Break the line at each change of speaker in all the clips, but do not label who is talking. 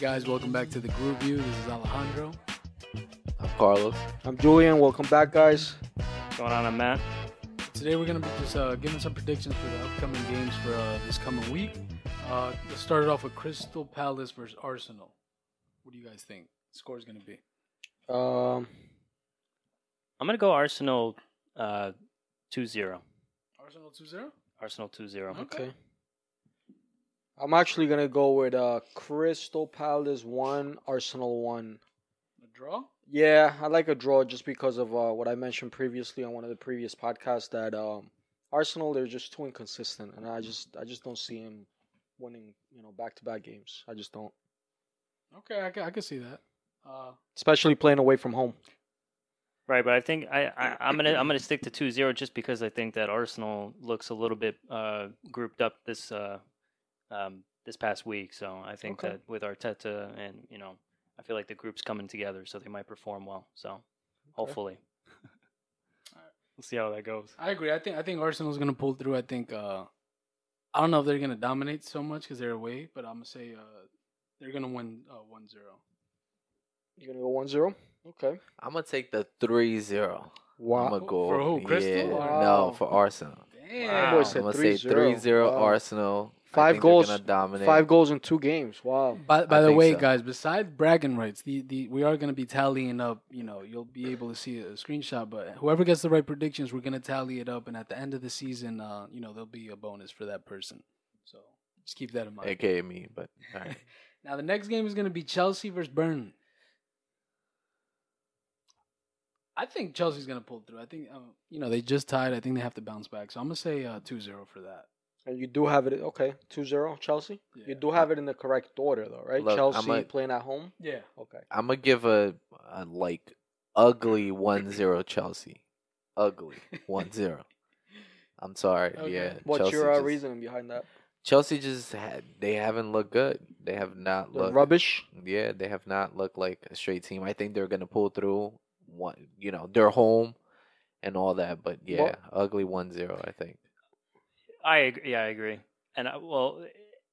guys, welcome back to the Groove View. This is Alejandro.
I'm Carlos.
I'm Julian. Welcome back, guys.
going on, I'm Matt?
Today we're going to be just uh, giving some predictions for the upcoming games for uh, this coming week. Uh, let's start it off with Crystal Palace versus Arsenal. What do you guys think the score is going to be?
Um,
I'm going to go Arsenal uh, 2 0.
Arsenal 2-0?
Arsenal 2 0.
Mm-hmm.
okay. I'm actually gonna go with uh, Crystal Palace one, Arsenal one.
A draw?
Yeah, I like a draw just because of uh, what I mentioned previously on one of the previous podcasts that um, Arsenal they're just too inconsistent, and I just I just don't see him winning you know back to back games. I just don't,
Okay, I, ca- I can see that. Uh,
especially playing away from home.
Right, but I think I, I I'm gonna I'm gonna stick to 2-0 just because I think that Arsenal looks a little bit uh, grouped up this uh, um, this past week. So I think
Okay.
that with Arteta and you know I feel like the group's coming together, so they might perform well. So hopefully, we'll see how that goes.
I agree. I think I think Arsenal's going to pull through. I think uh, I don't know if they're going to dominate so much because they're away, but I'm going to say uh, they're going to win uh, 1-0.
You're gonna go one zero. Okay.
I'm gonna take the 3-0. I'm
Wow.
gonna go
For who, Crystal
Yeah,
or-
no, for Arsenal.
Damn.
Boy said
I'm gonna say
3-0.
3-0
Wow.
Arsenal. I
Five
think they're
goals-
Gonna dominate.
Five goals in two games. Wow.
By, by
I
the
think
way,
so.
guys, besides bragging rights, the, the we are going to be tallying up. You know, you'll be able to see a screenshot, but whoever gets the right predictions, we're going to tally it up, and at the end of the season, uh, you know, there'll be a bonus for that person. So just keep that in mind.
AKA me, but all right.
Now the next game is going to be Chelsea versus Burnley. I think Chelsea's going to pull through. I think um, you know they just tied. I think they have to bounce back. So I'm going to say uh, 2-0 for that.
And you do have it. Okay, 2-0 Chelsea.
Yeah.
You do have it in the correct order though, right?
Look, I
Chelsea
might-
playing at home.
Yeah.
Okay.
I'm gonna give a, a like ugly 1-0 Chelsea. Ugly 1-0. I'm sorry.
Okay.
Yeah.
What's
Chelsea
your uh,
just-
reasoning behind that?
Chelsea just had they haven't looked good. They have not
The
looked
rubbish.
Yeah, they have not looked like a straight team. I think they're gonna pull through. One, you know, they're home and all that. But yeah, ugly 1-0, I think.
I agree. Yeah, I agree. And I, well,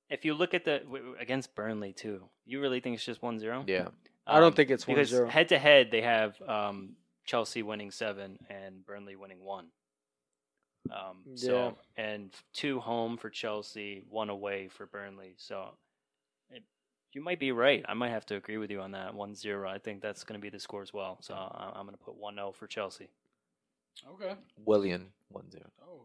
if you look at the w- w- against Burnley too, you really think it's just 1-0?
Yeah,
I
Um,
don't think it's one
because
zero.
head to head they have um, Chelsea winning seven and Burnley winning one. Um, So and two home for Chelsea, one away for Burnley. So it, you might be right. I might have to agree with you on that one zero. I think that's going to be the score as well. So I- I'm going to put one zero for Chelsea.
Okay.
William 1-0.
Oh.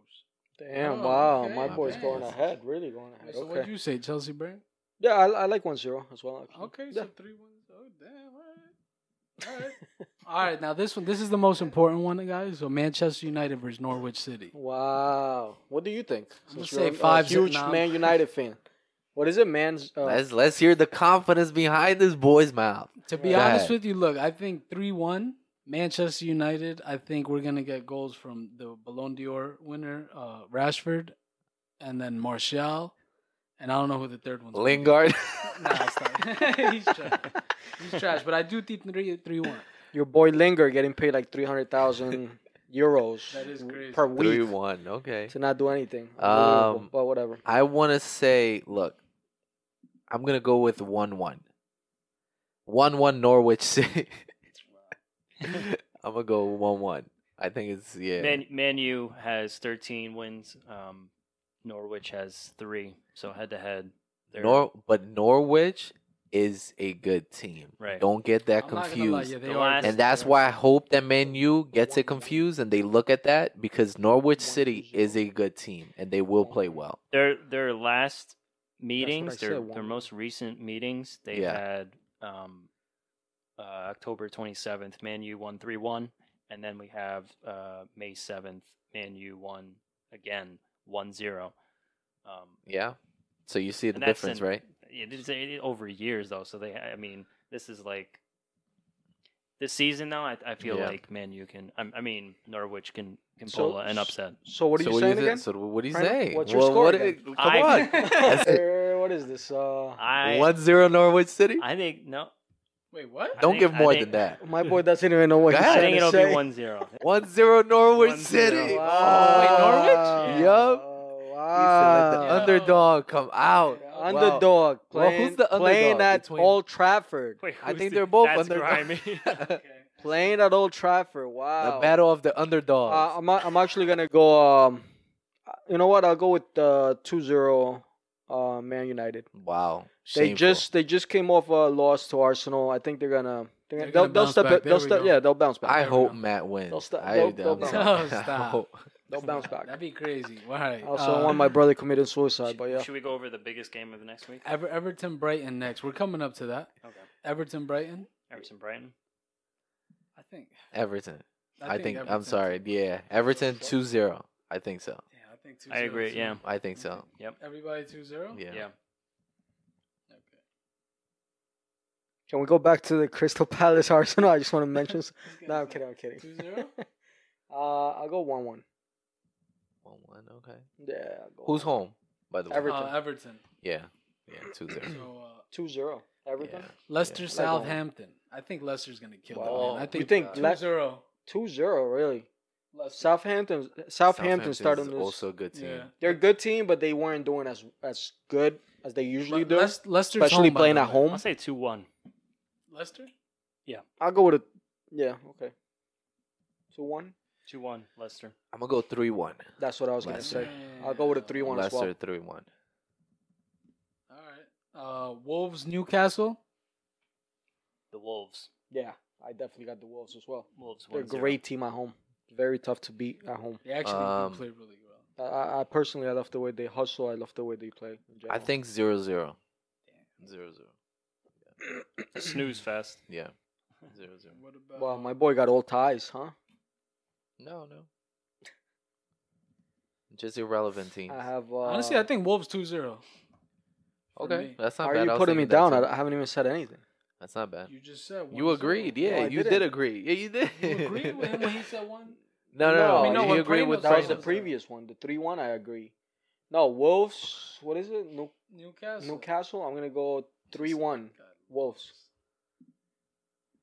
Damn!
Oh,
wow,
okay.
my boy's
Okay.
going ahead. Really going ahead.
So
okay.
what'd you say, Chelsea Burnley?
Yeah, I, I like 1-0 as well. Actually.
Okay,
Yeah.
so three ones. Oh damn! All right, all right. all right. Now this one, this is the most important one, guys. So Manchester United versus Norwich City.
Wow. What do you think?
I'm gonna
Since you're
say
a-
five
a
zero-
huge
nah, I'm-
Man United fan. What is it, man's? Uh,
Let's let's hear the confidence behind this boy's mouth.
To be
Go
honest
ahead.
with you, look, I think three one Manchester United. I think we're gonna get goals from the Ballon d'Or winner, uh, Rashford, and then Martial, and I don't know who the third one's. gonna be.
Lingard.
Nah, stop. He's trash. He's trash. But I do think three three one.
your boy Linger getting paid like three hundred thousand euros
That is crazy.
per
Three
week
one. Okay.
to not do anything.
Um,
Unbelievable, but whatever.
I want to say, look, I'm gonna go with one one. One one Norwich City. I'm gonna go one one. I think it's yeah.
Man, Man U has 13 wins. Um, Norwich has three. So head to head, they're
Nor but Norwich is a good team.
Right.
Don't get that
I'm not gonna lie,
confused.
yeah, they
The
are
last-
and that's why I hope that Man U gets it confused and they look at that because Norwich City is a good team and they will play well.
their their last meetings,
I
their
said,
their
one-
most recent meetings, they
Yeah.
had um, uh, October twenty seventh, Man U won three one, and then we have uh, May seventh, Man U won again 1-0. Um,
Yeah. So you see the
And that's
difference,
in-
right?
it is it, over years though, so they I mean this is like this season now. I, I feel
Yeah.
like Man U can. I, I mean Norwich can can
So-
pull an upset.
So what are
so
you saying again?
So what do you
Right now?
say?
What's your
Well,
score
what
again?
it- come
I-
on.
Uh, what is this? Uh,
I
One zero Norwich City.
I think no.
Wait, what?
I
Don't
think-
give
I
more
think-
than that.
my boy doesn't even know what he's
God.
I
trying
think
to
it'll
say.
be one zero.
One zero Norwich
One
City.
zero.
Oh,
Wow.
Yup.
Wow.
He said, let the
Yeah.
Ah.
underdog come out.
Yeah.
Well-
underdog
well,
playing,
who's the
playing
underdog
at
between-
Old Trafford.
Wait,
I
who's
think
the-
they're both
that's
underdog.
grimy.
the
Playing at Old Trafford. Wow.
battle of the underdogs.
Uh, I'm a- I'm actually gonna go. Um, you know what? I'll go with uh, 2-0 uh, Man United.
wow.
They
Shameful.
just they just came off a loss to Arsenal. I think they're gonna they're
They're
gonna, they'll,
gonna
they'll
bounce
step
back.
it.
There
They'll
we
step.
go.
Yeah, they'll bounce back.
I
There we
hope
go.
Matt wins.
They'll sta-
I,
they'll-
I'm
they'll bounce
sorry.
back.
I hope-
they'll bounce back.
That'd be crazy. All right.
Also,
uh,
one my brother committed suicide, but yeah.
Should we go over the biggest game of the next week?
Ever- Everton Brighton next. We're coming up to that.
Okay.
Everton Brighton.
Everton Brighton.
I think.
Everton. I think, I'm
Everton's-
sorry. Yeah, Everton 2-0. I think so.
Yeah, I think two.
I agree. Yeah.
I think so.
Everybody two zero.
Yeah.
Yeah.
Okay.
Can we go back to the Crystal Palace Arsenal? I just want to mention. s- no, I'm kidding. I'm kidding.
2-0?
uh, I'll go one one.
One one. Okay.
Yeah. I'll go
Who's
1-1.
home? By the way.
Everton.
Uh, Everton.
Yeah. Yeah. Two
So
zero.
uh,
Two zero. Everton.
Yeah.
Leicester
Yeah.
Southampton. I think Leicester's gonna kill
Wow.
them. Man. I think,
You
uh,
think
two
Le-
zero.
Two zero. Really.
Leicester.
Southampton. Southampton started
Southampton's
this.
also a good team.
Yeah.
They're a good team, but they weren't doing as as good as they usually
Le-
do.
Leic- Leicester's
especially
home, by
playing
the
at
way.
home.
I'll say 2 1.
Leicester.
I'll go with a yeah, okay. Two one.
2 1, Leicester.
I'm gonna go three one.
That's what I was gonna
Leicester.
say. I'll go with a three one as well.
Leicester three one.
All right. Uh, Wolves Newcastle.
The Wolves.
Yeah, I definitely got the Wolves as well.
Wolves
They're a
1-0.
great team at home. Very tough to beat at home.
They actually do
Um,
play really well.
I, I I personally I love the way they hustle. I love the way they play. in
I
general.
think zero zero. Zero zero.
Snooze fest.
Yeah. Zero zero.
What about?
Wow, my boy got all ties, huh?
No, no. Just irrelevant teams.
I have. Uh,
honestly, I think Wolves 2-0. for
okay,
me.
that's not
Are
bad. I
you
was
putting me
thinking that
down?
too.
I, I haven't even said anything.
That's not bad.
You just said
You
1-0.
agreed,
No,
yeah.
I
you did
didn't.
agree, yeah. You did.
You agreed with him when he said one.
no, no,
No,
no.
I mean, no,
you
when
agree
Prem
with
was
That was
That's
the
what I said.
previous one, the three one. I agree. No Wolves. What is it? New,
Newcastle.
Newcastle. I'm gonna go three one. Wolves.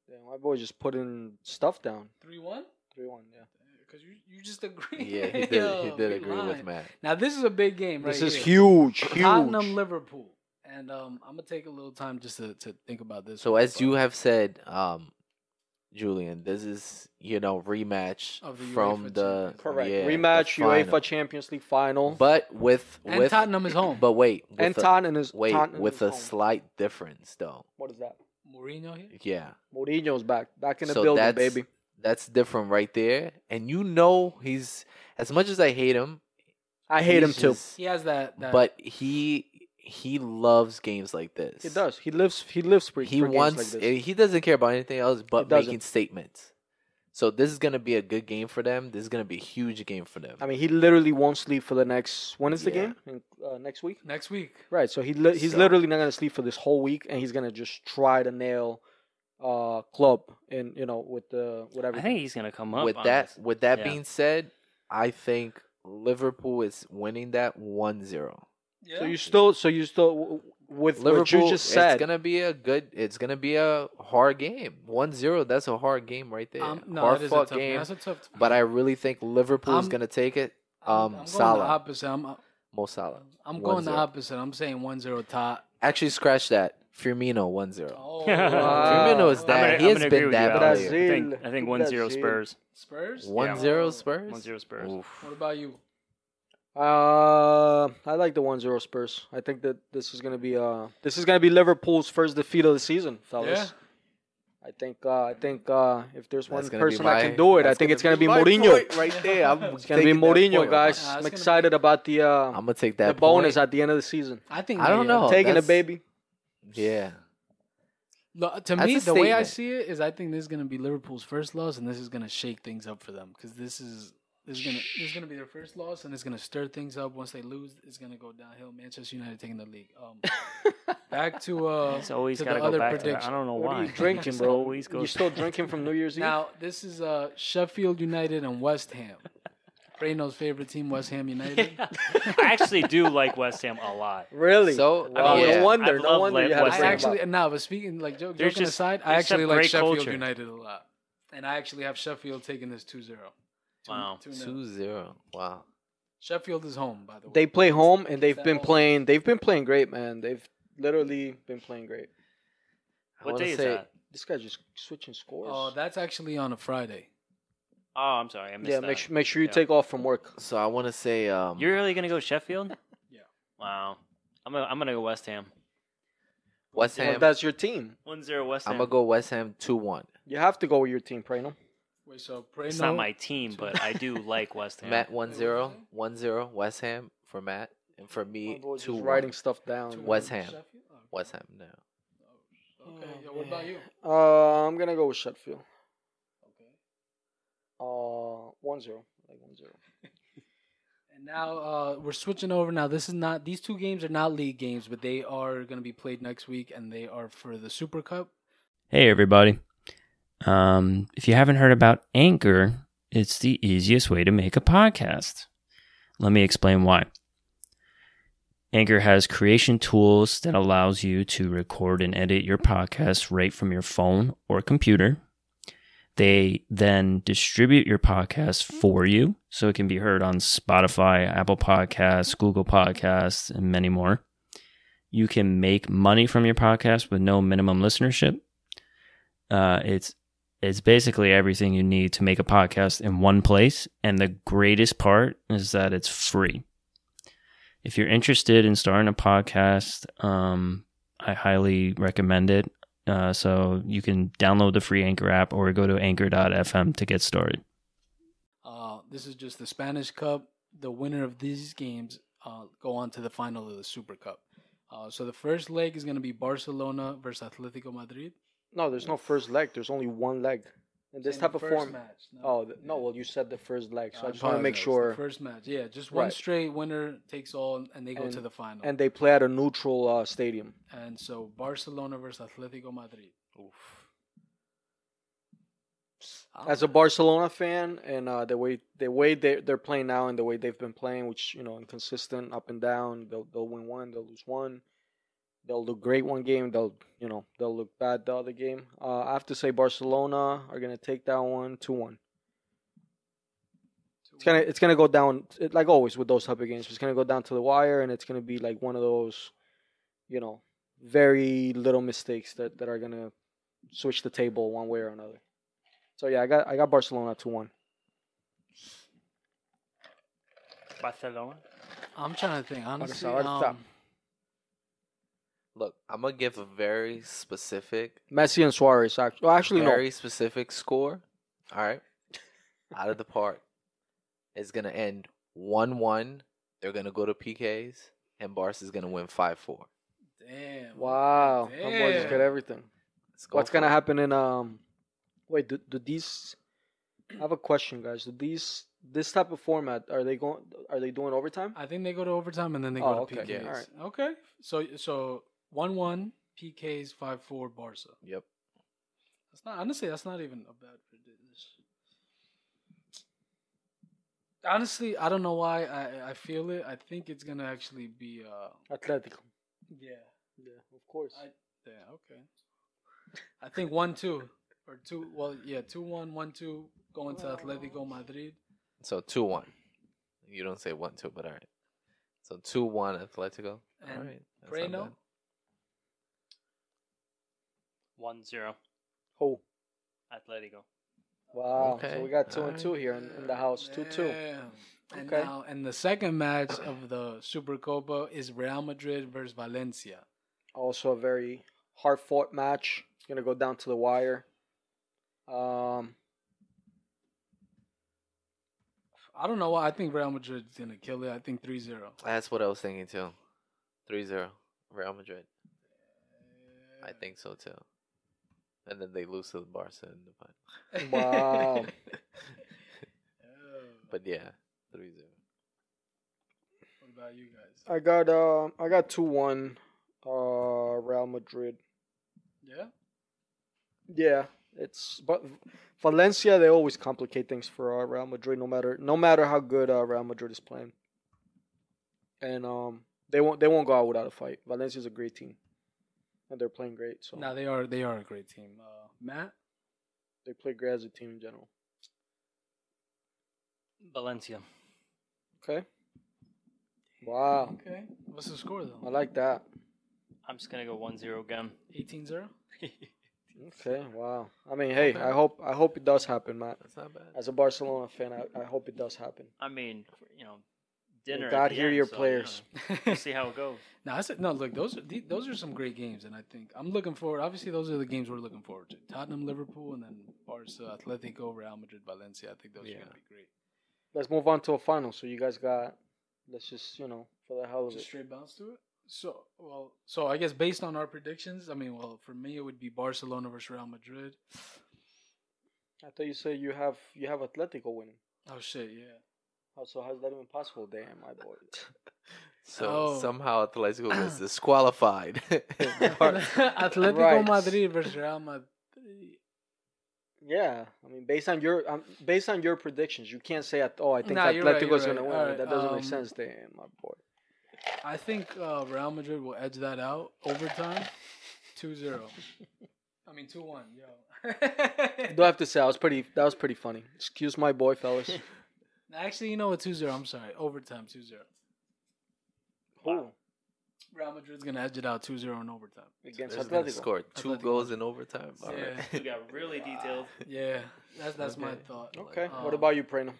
Damn, my boy just putting stuff down.
Three one.
Three one. Yeah.
Because you, you just agreed.
Yeah, he did. he
Yo,
did
we
agree with
lying.
Matt.
Now this is a big game, right?
This is
here.
huge, huge.
Tottenham Liverpool, and um, I'm gonna take a little time just to, to think about this.
So
one,
as
but-
you have said, um, Julian, this is you know rematch
Of the
from
UEFA
the
Champions
Correct.
yeah, the
Rematch
final.
UEFA Champions League final.
but with
and
with
Tottenham is home,
but wait with
and
a,
Tottenham is
wait
Tottenham
with
is
a
home.
slight difference though.
What is that?
Mourinho here.
Yeah,
Mourinho's back, back in the
So
building,
that's-
baby.
that's different right there. And you know he's as much as I hate him.
I hate him
he's
too.
just-
He has that. that
But he he loves games like this.
He does. He lives. He lives for.
he
for games
wants eh,
Like this.
he doesn't care about anything else but
doesn't.
making statements so this is going to be a good game for them this is going to be a huge game for them
I mean, he literally won't sleep for the next. When is the
Yeah.
game? In, uh, next week.
next week,
Right. So he li- he's
So-
literally not gonna sleep for this whole week, and he's gonna just try to nail, uh, club and you know with the whatever.
I think he's going to come up.
with
on
that
this.
with that
Yeah.
being said i think liverpool is winning that 1-0
yeah.
So you still, so you still w- w- with what
liverpool
you just said.
it's going to be a good it's going to be a hard game 1-0 that's a hard game right there
um, no,
hard
that is a
fought
tough game.
game
That's a Um, tough.
but i really think liverpool is
I'm-
going to take it
I'm-
um,
I'm going the
Salah.
opposite. I'm,
mo salah
I'm going the
1-0.
opposite. I'm saying 1-0 Tot.
actually scratch that firmino 1-0
Oh,
Firmino
is
wow.
that.
I'm gonna,
He
I'm gonna
has been
agree with you,
that
player.
Alex. I think, I
Brazil.
think 1 0
Brazil.
Spurs.
Spurs.
One
Yeah.
zero
One
Spurs.
zero Spurs.
Oof.
What about you?
Uh, I like the 1-0 Spurs. I think that this is gonna be uh, this is gonna be Liverpool's first defeat of the season, fellas. I think uh, I think uh, if there's one
That's gonna be
person
my-
that can do it, I
that's
think it's
gonna
gonna be
my
Mourinho.
point right there. I'm
It's
It's gonna be
taking that
Mourinho,
point.
guys.
Ah,
I'm
it's gonna
excited about the
I'm
uh,
gonna take
the
that.
bonus
point.
at the end of the season.
I think. uh,
I don't
yeah.
know. Oh,
Taking a
that's-
baby.
Yeah,
Look, to
That's
me,
a
the way I
statement.
see it is, I think this is going to be Liverpool's first loss, and this is going to shake things up for them because this is this is going to this is going to be their first loss, and it's going to stir things up. Once they lose, it's going to go downhill. Manchester United taking the league. Um, back to uh,
It's always
to
got
the
to go
other
back to that. I
prediction.
don't know
What
why.
are you drinking,
Just
bro?
Always
You
goes
still drinking from New Year's Eve?
Now this is uh, Sheffield United and West Ham. Reno's favorite team, West Ham United.
Yeah. I actually do like West Ham a lot.
Really?
So,
wow,
I mean, yeah.
no
I
wonder. No
love
wonder
Le-
you had
West
I
Ham.
actually no, but speaking like joke,
There's
joking
just-
aside, I
there's
actually
some
like
great
Sheffield
culture.
United a lot, and I actually have Sheffield taking this 2-0.
Wow.
2-0.
two zero. Wow.
Sheffield is home, by the way.
They play home, and they've
That
been
home.
playing. They've been playing great, man. They've literally been playing great.
I
What
wanna
day is
say-
that?
This guy just switching scores.
Oh, that's actually on a Friday.
Oh, I'm sorry, I missed
yeah,
that.
make sure make sure you
Yeah.
take off from work.
So I want to say um,
You're really gonna go Sheffield?
Yeah.
Wow. I'm gonna, I'm gonna go West Ham.
West
Well,
Ham.
that's your team.
One zero West Ham.
I'm gonna go West Ham two one.
You have to go with your team, Prano.
Wait, so pray
It's
no.
not my team, but I do like West Ham.
Matt 1 0,
Wait,
1 0, West Ham for Matt, and for me
My boy's
two
just
one.
writing stuff down.
West
Sheffield?
Ham.
Oh, okay.
West Ham now.
Okay,
Oh,
yo, what about
man.
you?
Uh, I'm gonna go with Sheffield.
Okay.
Uh, one zero, like one zero.
And now uh, we're switching over. Now this is not these two games are not league games, but they are going to be played next week, and they are for the Super Cup.
Hey, everybody. Um, if you haven't heard about Anchor, it's the easiest way to make a podcast. Let me explain why. Anchor has creation tools that allows you to record and edit your podcast right from your phone or computer. They then distribute your podcast for you so it can be heard on Spotify, Apple Podcasts, Google Podcasts, and many more. You can make money from your podcast with no minimum listenership. Uh, it's it's basically everything you need to make a podcast in one place, and the greatest part is that it's free. If you're interested in starting a podcast, um, I highly recommend it. Uh, so you can download the free Anchor app or go to anchor.fm to get started.
Uh, this is just the Spanish Cup. The winner of these games uh, go on to the final of the Super Cup. Uh, so the first leg is going to be Barcelona versus Atletico Madrid.
No, there's no first leg. There's only one leg. In this
Saying
type
the
of
first
form.
match, no.
Oh th- no! Well, you said the first leg, so I
apologize,
just want to make
the
sure.
first match, yeah, just one
Right.
straight winner takes all, and they go to the final.
And they play at a neutral uh, stadium.
and so Barcelona versus Atletico Madrid. I don't
As a
know.
Barcelona fan, and uh, the way the way they they're playing now, and the way they've been playing, which you know, inconsistent, up and down. They'll they'll win one, they'll lose one. They'll look great one game. They'll you know they'll look bad the other game. Uh, I have to say Barcelona are gonna take that one two one. It's gonna it's gonna go down it, like always with those type of games. It's gonna go down to the wire, and it's gonna be like one of those, you know, very little mistakes that, that are gonna switch the table one way or another. So yeah, I got I got Barcelona two one.
Barcelona.
I'm trying to think honestly.
sorry,
um,
stop.
Look, I'm gonna give a very specific,
Messi and Suarez actually. Well, actually
very specific score. All right, out of the park. It's gonna end one one. They're gonna go to PKs, and Barca is gonna win five four.
Damn.
no. Wow, my boy just
Damn.
got everything. What's gonna happen in um? Wait, do, do these? I have a question, guys. Do these this type of format are they going? Are they doing overtime?
I think they go to overtime and then they
Oh,
go to
okay.
PKs.
Yeah.
Okay. So so one one PKs five four Barca.
Yep.
That's not honestly. That's not even a bad prediction. Honestly, I don't know why I I feel it. I think it's gonna actually be uh
Atletico.
yeah
Yeah, of course.
I- yeah okay. I think one two or two well yeah two one one two going to Atletico Madrid.
So two one. You don't say one two, but all right. So two one Atletico. all
And
right. that's not
Preno
bad.
One zero.
oh.
Atletico.
Wow.
Okay.
So we got two and
Alright.
two here in, in the house. Two two.
Damn. And
Okay.
now, and the second match of the Supercopa is Real Madrid versus Valencia.
Also a very hard fought match. Gonna go down to the wire. Um
I don't know why. I think Real Madrid's gonna kill it. I think 3-0.
That's what I was thinking too. 3-0 Real Madrid. I think so too. And then they lose to the Barca in the final.
Wow.
But yeah, 3-0.
what about you guys?
I got um I got two one uh Real Madrid.
Yeah.
Yeah. It's but Valencia they always complicate things for uh, Real Madrid no matter no matter how good uh, Real Madrid is playing. And um they won't they won't go out without a fight. Valencia's a great team. And they're playing great. So
No, they are they are a great team. Uh, Matt.
they play great as a team in general.
Valencia.
Okay. Wow.
Okay. What's the score
I
though?
like that.
I'm just gonna go 1-0 again.
18-0?
Okay. Wow. I mean, hey, I hope I hope it does happen, Matt.
That's not bad.
As a Barcelona fan, I, I hope it does happen.
I mean, you know, dinner. at
God
the
hear
end,
your
so, you
players.
know, we'll see how it goes.
No, I said no. Look, those are the- those are some great games, and I think I'm looking forward. Obviously, those are the games we're looking forward to: Tottenham, Liverpool, and then Barca, Atletico, Real Madrid, Valencia. I think those are
Yeah.
gonna be great.
Let's move on to a final. So you guys got. Let's just you know for the hell of
Just
it.
straight bounce to it. So, well, so I guess based on our predictions, I mean, well, for me it would be Barcelona versus Real Madrid.
I thought you said you have you have Atletico winning.
Oh shit, yeah.
How so? How's that even possible? Damn, my boy.
So
Oh.
somehow Atletico was disqualified. Bar-
Atletico
Right.
Madrid versus Real Madrid.
Yeah, I mean, based on your um, based on your predictions, you can't say at oh, I think
Nah, you're
Atletico's
right, you're
gonna
right.
win.
All right,
That doesn't
um,
make sense. Damn, my boy.
I think uh, Real Madrid will edge that out overtime, 2-0. I mean, two one.
I
Yo.
do have to say, I was pretty. That was pretty funny. Excuse my boy, fellas.
Actually, you know what? 2 0. I'm sorry. Overtime 2 0.
Who
Real Madrid's going to edge it out 2 0 in overtime.
against
There's
Atletico?
gonna score two
Atletico.
goals in overtime. All
Yeah.
right.
We got really detailed.
Yeah, that's that's my
Okay.
thought.
Okay.
Um,
what about you, Prano?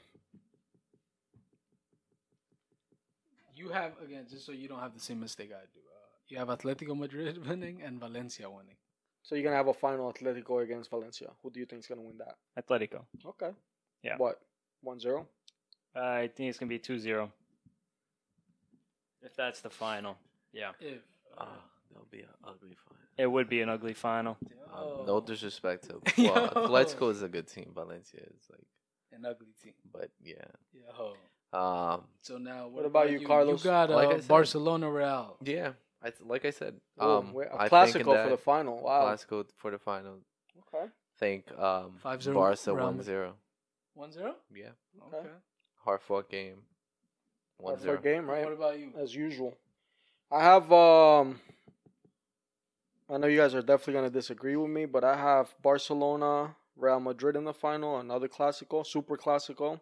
You have, again, just so you don't have the same mistake I do, uh, you have Atletico Madrid winning and Valencia winning.
So you're gonna have a final Atletico against Valencia. Who do you think's gonna win that?
Atletico.
Okay.
Yeah.
What? 1-0?
Uh, I think it's gonna be 2-0. If that's the final, yeah,
If. uh,
Oh, that'll be an ugly fight.
it would be an ugly final.
Um,
Yo.
Oh.
no disrespect to well,
Yo.
Atletico is a good team. Valencia is like,
An ugly team.
but yeah.
Yo.
Um,
So now, what,
What about you, Carlos?
You got uh,
Like I said-
Barcelona Real.
yeah. I, like I said,
Ooh,
um,
Oh, we're- a
I think in
classical
that
for the final. Wow.
Classical for the final.
Okay.
Think um,
5-0
Barca
Real Madrid.
1-0.
1 0?
Yeah,
Okay.
Okay.
hard fought game.
Our
1-0.
third game, right?
What about you?
as usual. I have um I know you guys are definitely going to disagree with me, but I have Barcelona, Real Madrid in the final, another classical, super classical.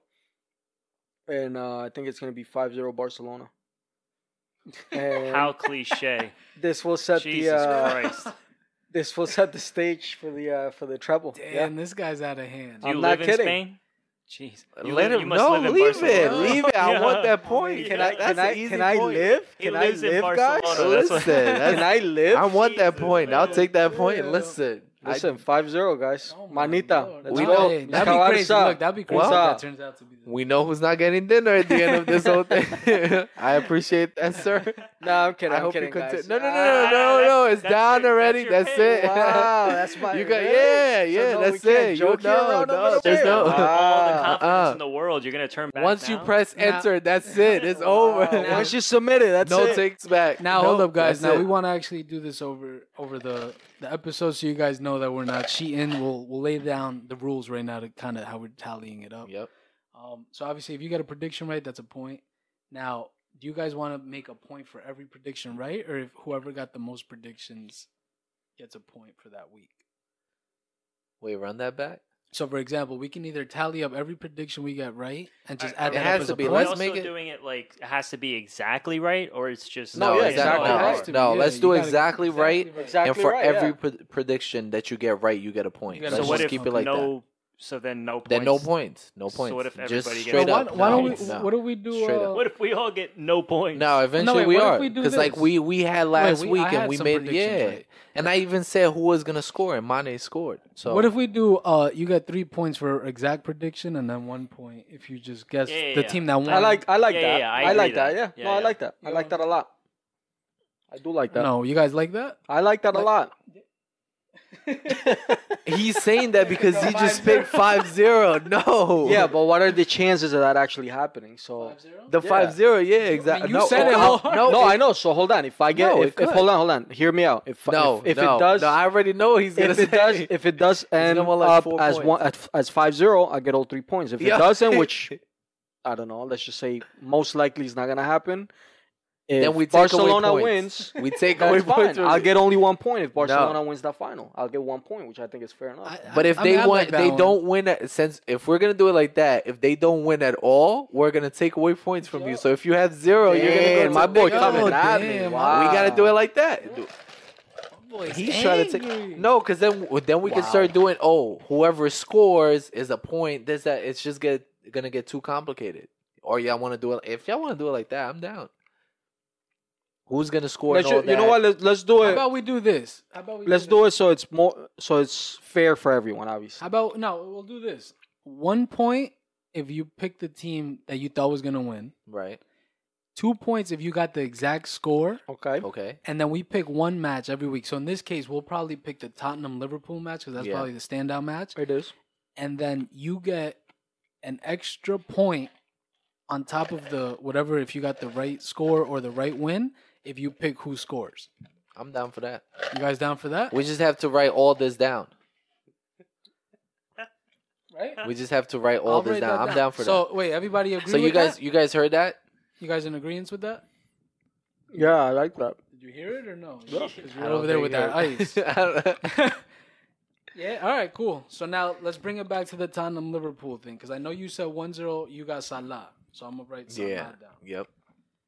And uh, I think it's going to be 5-0 Barcelona. And
How cliche!
this will set
Jesus
the uh,
Christ!
this will set the stage for the uh, for the treble.
Damn,
Yeah.
this guy's out of hand.
Do you
I'm not
live in
kidding.
Spain? Jeez, you live-
Let him
you must
no,
live in
leave it,
Barcelona.
leave it. I want
Yeah.
that point.
Yeah.
Can I?
Can
That's
I
an easy
can I
point.
live?
He
Can I
lives in
live, guys?
Barcelona, that's
Listen,
what-
Can
that's,
I live?
I want that
Jesus,
point. I'll
man.
take that point.
Yeah.
Listen, I-
Listen, 5-0 guys.
Oh my
Manita.
Lord.
Let's
We
go.
know-
Hey,
Let's
that'd
go,
be crazy.
Barca.
Look, that'd be crazy
What's
if that
up?
turns out to be the
we know who's not getting dinner at the end of this whole thing. I appreciate that, sir.
No, I'm kidding.
I
I'm
hope you
kidding,
continue.
guys.
No, no, no,
Ah.
no, no, no.
that's-
It's
that's
down
your-
already.
that's your
That's
pick.
it.
Wow, that's my-
You got
really?
yeah,
So
yeah.
no, we
that's
can't
it.
joke
You
here
no,
around over
no, there's
there?
no.
All the
Ah.
confidence
Uh-uh.
in the world. You're gonna turn back
Once you
now?
press
Now-
enter, that's it. It's over.
Wow. Once you submit it, that's
no
it.
takes back.
Now
No,
hold up, guys.
that's
Now
it.
we want to actually do this over over the the episode, so you guys know that we're not cheating. We'll we'll lay down the rules right now to kind of how we're tallying it up.
Yep.
Um. So obviously, if you got a prediction right, that's a point. Now, do you guys want to make a point for every prediction right, or if whoever got the most predictions gets a point for that week?
Wait, run that back.
So, for example, we can either tally up every prediction we got right and just
All
add
right, are
that
we
up
has
as
to
a
be.
point.
Are we
Let's
also
make it-
doing it like it has to be exactly right, or it's just
No,
No,
yeah,
exactly.
exactly
No,
right.
no,
Yeah,
let's
you
do
gotta get
exactly right.
Exactly
and for
right,
every
yeah.
pre- prediction that you get right, you get a point.
You get a
Let's
So
point.
just
what if
keep it like that.
no? So then no points.
Then no points. No
So
points.
what if
just
everybody gets-
straight
So why,
up?
why
no,
don't we?
No.
What do we do?
Straight up.
uh,
What if we all get no points?
No, eventually
wait,
we
what if
are
we do
because like
this?
we we had last
we-
week
I had
and we
some
made
predictions,
yeah,
right?
and I even said who was gonna score and Mane scored. So
What if we do? Uh, you get three points for exact prediction, and then one point if you just guess
Yeah, yeah,
the
yeah.
team that won.
I like I like
Yeah,
that.
yeah, I
I,
agree
like
that.
that. Yeah.
Yeah,
No, I
yeah.
like that. I like that a lot. I do like that.
No, you guys like that?
I like that a lot.
he's saying that because he just picked 5-0. No,
yeah, but what are the chances of that actually happening? So
the
Yeah.
five zero. Yeah, exactly.
you
no,
said it
oh,
hard.
No,
no,
it-
I know. So hold on. If I get
No, it
if, if
could.
hold on, hold on. Hear me out. If
no,
if, if
no,
it does
no, I already know what he's gonna
if
say
it does if it does end
gonna want, like,
up
four
as
points.
one at, as five zero, I get all three points. If
Yeah.
it doesn't, which I don't know, let's just say most likely is not gonna happen. If
Then we take away
Barcelona
points.
wins,
We take away
that's
points.
fine.
from
I'll
it.
get only one point if Barcelona wins that final. I'll get one point, which I think is fair enough.
I-
But if
I'm
they
mad
want,
like that
they
one.
don't win. At, since if we're gonna do it like that, if they don't win at all, we're gonna take away points from you. So if you have zero, you're gonna go.
Damn,
To
my boy
Yo,
coming at me.
damn,
Wow.
We gotta do it like that. Do-
Boy,
He's trying to
angry.
take no, because then then we can
Wow.
start doing. Oh, whoever scores is a point. This that it's just get gonna get too complicated. Or y'all want to do it? If y'all want to do it like that, I'm down. Who's gonna score?
Let's
and all
ju- you know
that?
what? Let's, let's do
How
it.
about we do this? How about we
Let's
this?
do it so it's more so it's fair for everyone. Obviously,
How about no? We'll do this. One point if you pick the team that you thought was gonna win.
Right.
Two points if you got the exact score.
okay.
Okay.
And then we pick one match every week. So in this case, we'll probably pick the Tottenham Liverpool match because that's
Yeah.
probably the standout match.
It is.
And then you get an extra point on top of the whatever if you got the right score or the right win if you pick who scores.
I'm down for that.
You guys down for that?
We just have to write all this down.
Right?
We just have to write all
I'll
this
write
down.
that
I'm down for
so, wait, everybody
that.
agree?
So you
with
guys,
that?
you guys heard that?
you guys in agreement with that?
Yeah, I like that.
Did you hear it or no?
Yeah.
'Cause you're over there with that ice. yeah. All right. Cool. So now let's bring it back to the Tottenham Liverpool thing because I know you said 1-0, You got Salah, so I'm gonna write Salah
Yeah.
down.
yep.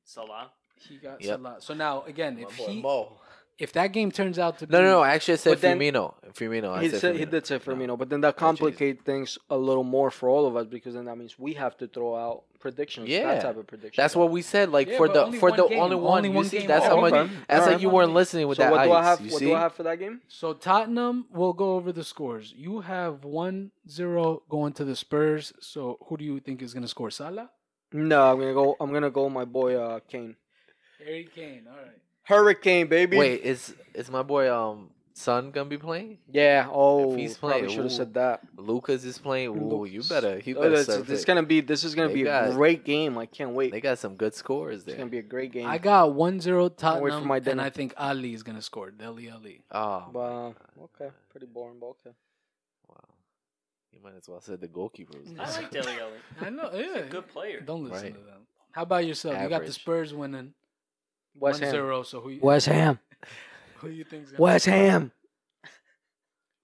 Salah.
He got
Yep.
Salah. So now again, if he
no,
if that game turns out to be
no, no. Actually, I said
But then-
Firmino. Firmino. I
He
said
said he
Firmino.
did say Firmino, but then that
Oh,
complicates things a little more for all of us because then that means we have to throw out predictions.
Yeah.
that type of prediction.
That's what we said. Like
Yeah,
for
but
the
only
for
one
the
game,
only one.
only
you
one
see,
game.
that's
Oh,
how much.
okay. All
That's like
right.
you weren't listening with
so
that
what
ice.
do I have?
you
What
see?
do I have for that game?
So Tottenham, we'll go over the scores. You have 1-0 going to the Spurs. So who do you think is gonna score? Salah,
No, I'm gonna go. I'm gonna go. with My boy uh, Kane.
Harry Kane. All right.
Hurricane, baby.
Wait, is is my boy um Son gonna be playing?
Yeah. Oh,
If he's
probably
playing,
should have
ooh.
said that.
Lucas is playing. Ooh, you
Lucas.
better. You
Oh,
better.
that's-
surf
it's
it.
gonna be. This is gonna
They
be a
got-
great game. I can't wait.
They got some good scores
It's gonna
there.
be a great game.
I got 1-0 Tottenham,
for my
and
dinner.
I think Ali is gonna score. Deli Ali.
Oh,
But, uh, okay, pretty boring, but okay.
Wow. You might as well say the goalkeeper was
I like Deli Alli.
I know.
He's
Yeah.
a good player.
Don't listen
Right.
to them. How about yourself? You got the
Average.
Spurs winning
West
1
Ham.
0. So who,
West Ham.
who you think's gonna,
West Ham.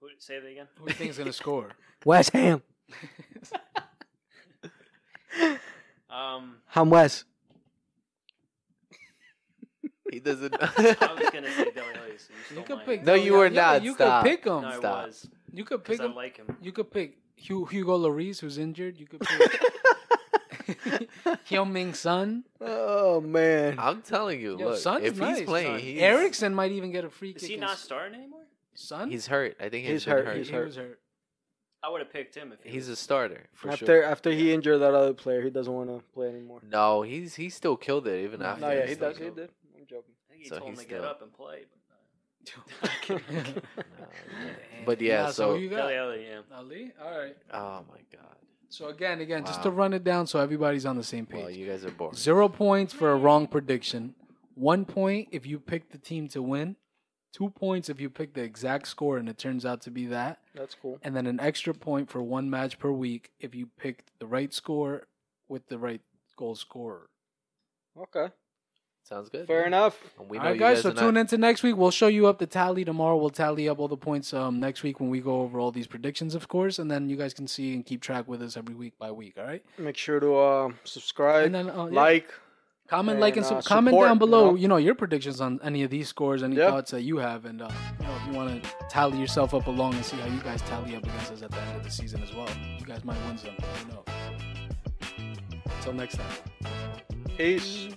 Who, say that again.
who you think's gonna score?
West Ham.
Um,
Ham West.
He doesn't.
I was gonna say Deli Alli. So you
You
stole
could
mine.
pick.
No, you were
yeah,
not.
You
Stop.
could pick him.
No, I
Stop.
was
You could pick
because I
him.
like him.
you could pick Hu- Hugo Lloris, who's injured. You could pick Hyung Ming Sun.
Oh man.
I'm telling you,
Yo,
look,
Sun's
if
nice,
he's playing,
Son.
he's,
Erickson might even get a free kick.
Is he
in-
not starting anymore?
Son?
he's hurt. I think he's
He's
hurt.
hurt,
hurt.
he's
he was hurt.
I would have picked him if he
He's
was-
a starter for
after
sure.
after he injured that other player, he doesn't want to play anymore.
No, he's he still killed it even
No,
after.
No, yeah,
this
he
thing.
does. He did. I'm joking.
I think he
So
told him
he's
to get
still-
up and play.
No, But Oh, yeah, so-
who you
But uh,
got?
Dele Alli, yeah.
Ali. All right.
Oh my god.
So again, again, just
Wow.
to run it down, so everybody's on the same page.
Well, you guys are boring.
Zero points for a wrong prediction. One point if you pick the team to win. Two points if you pick the exact score and it turns out to be that.
That's cool.
And then an extra point for one match per week if you picked the right score with the right goal scorer.
Okay.
Sounds good.
Fair enough.
And we
all
know
right,
you
guys. So
are not-
tune into next week. We'll show you up the tally tomorrow. We'll tally up all the points um, next week when we go over all these predictions, of course. And then you guys can see and keep track with us every week by week. All right.
Make sure to uh, subscribe,
And then uh, yeah.
like.
Comment, like, and
and,
sub-
uh,
comment
support,
down
you
below. You know?
know?
your predictions on any of these scores, any
Yeah.
thoughts that you have, and uh, you know if you want to tally yourself up along and see how you guys tally up against us at the end of the season as well. You guys might win some. You know. Until next time.
Peace.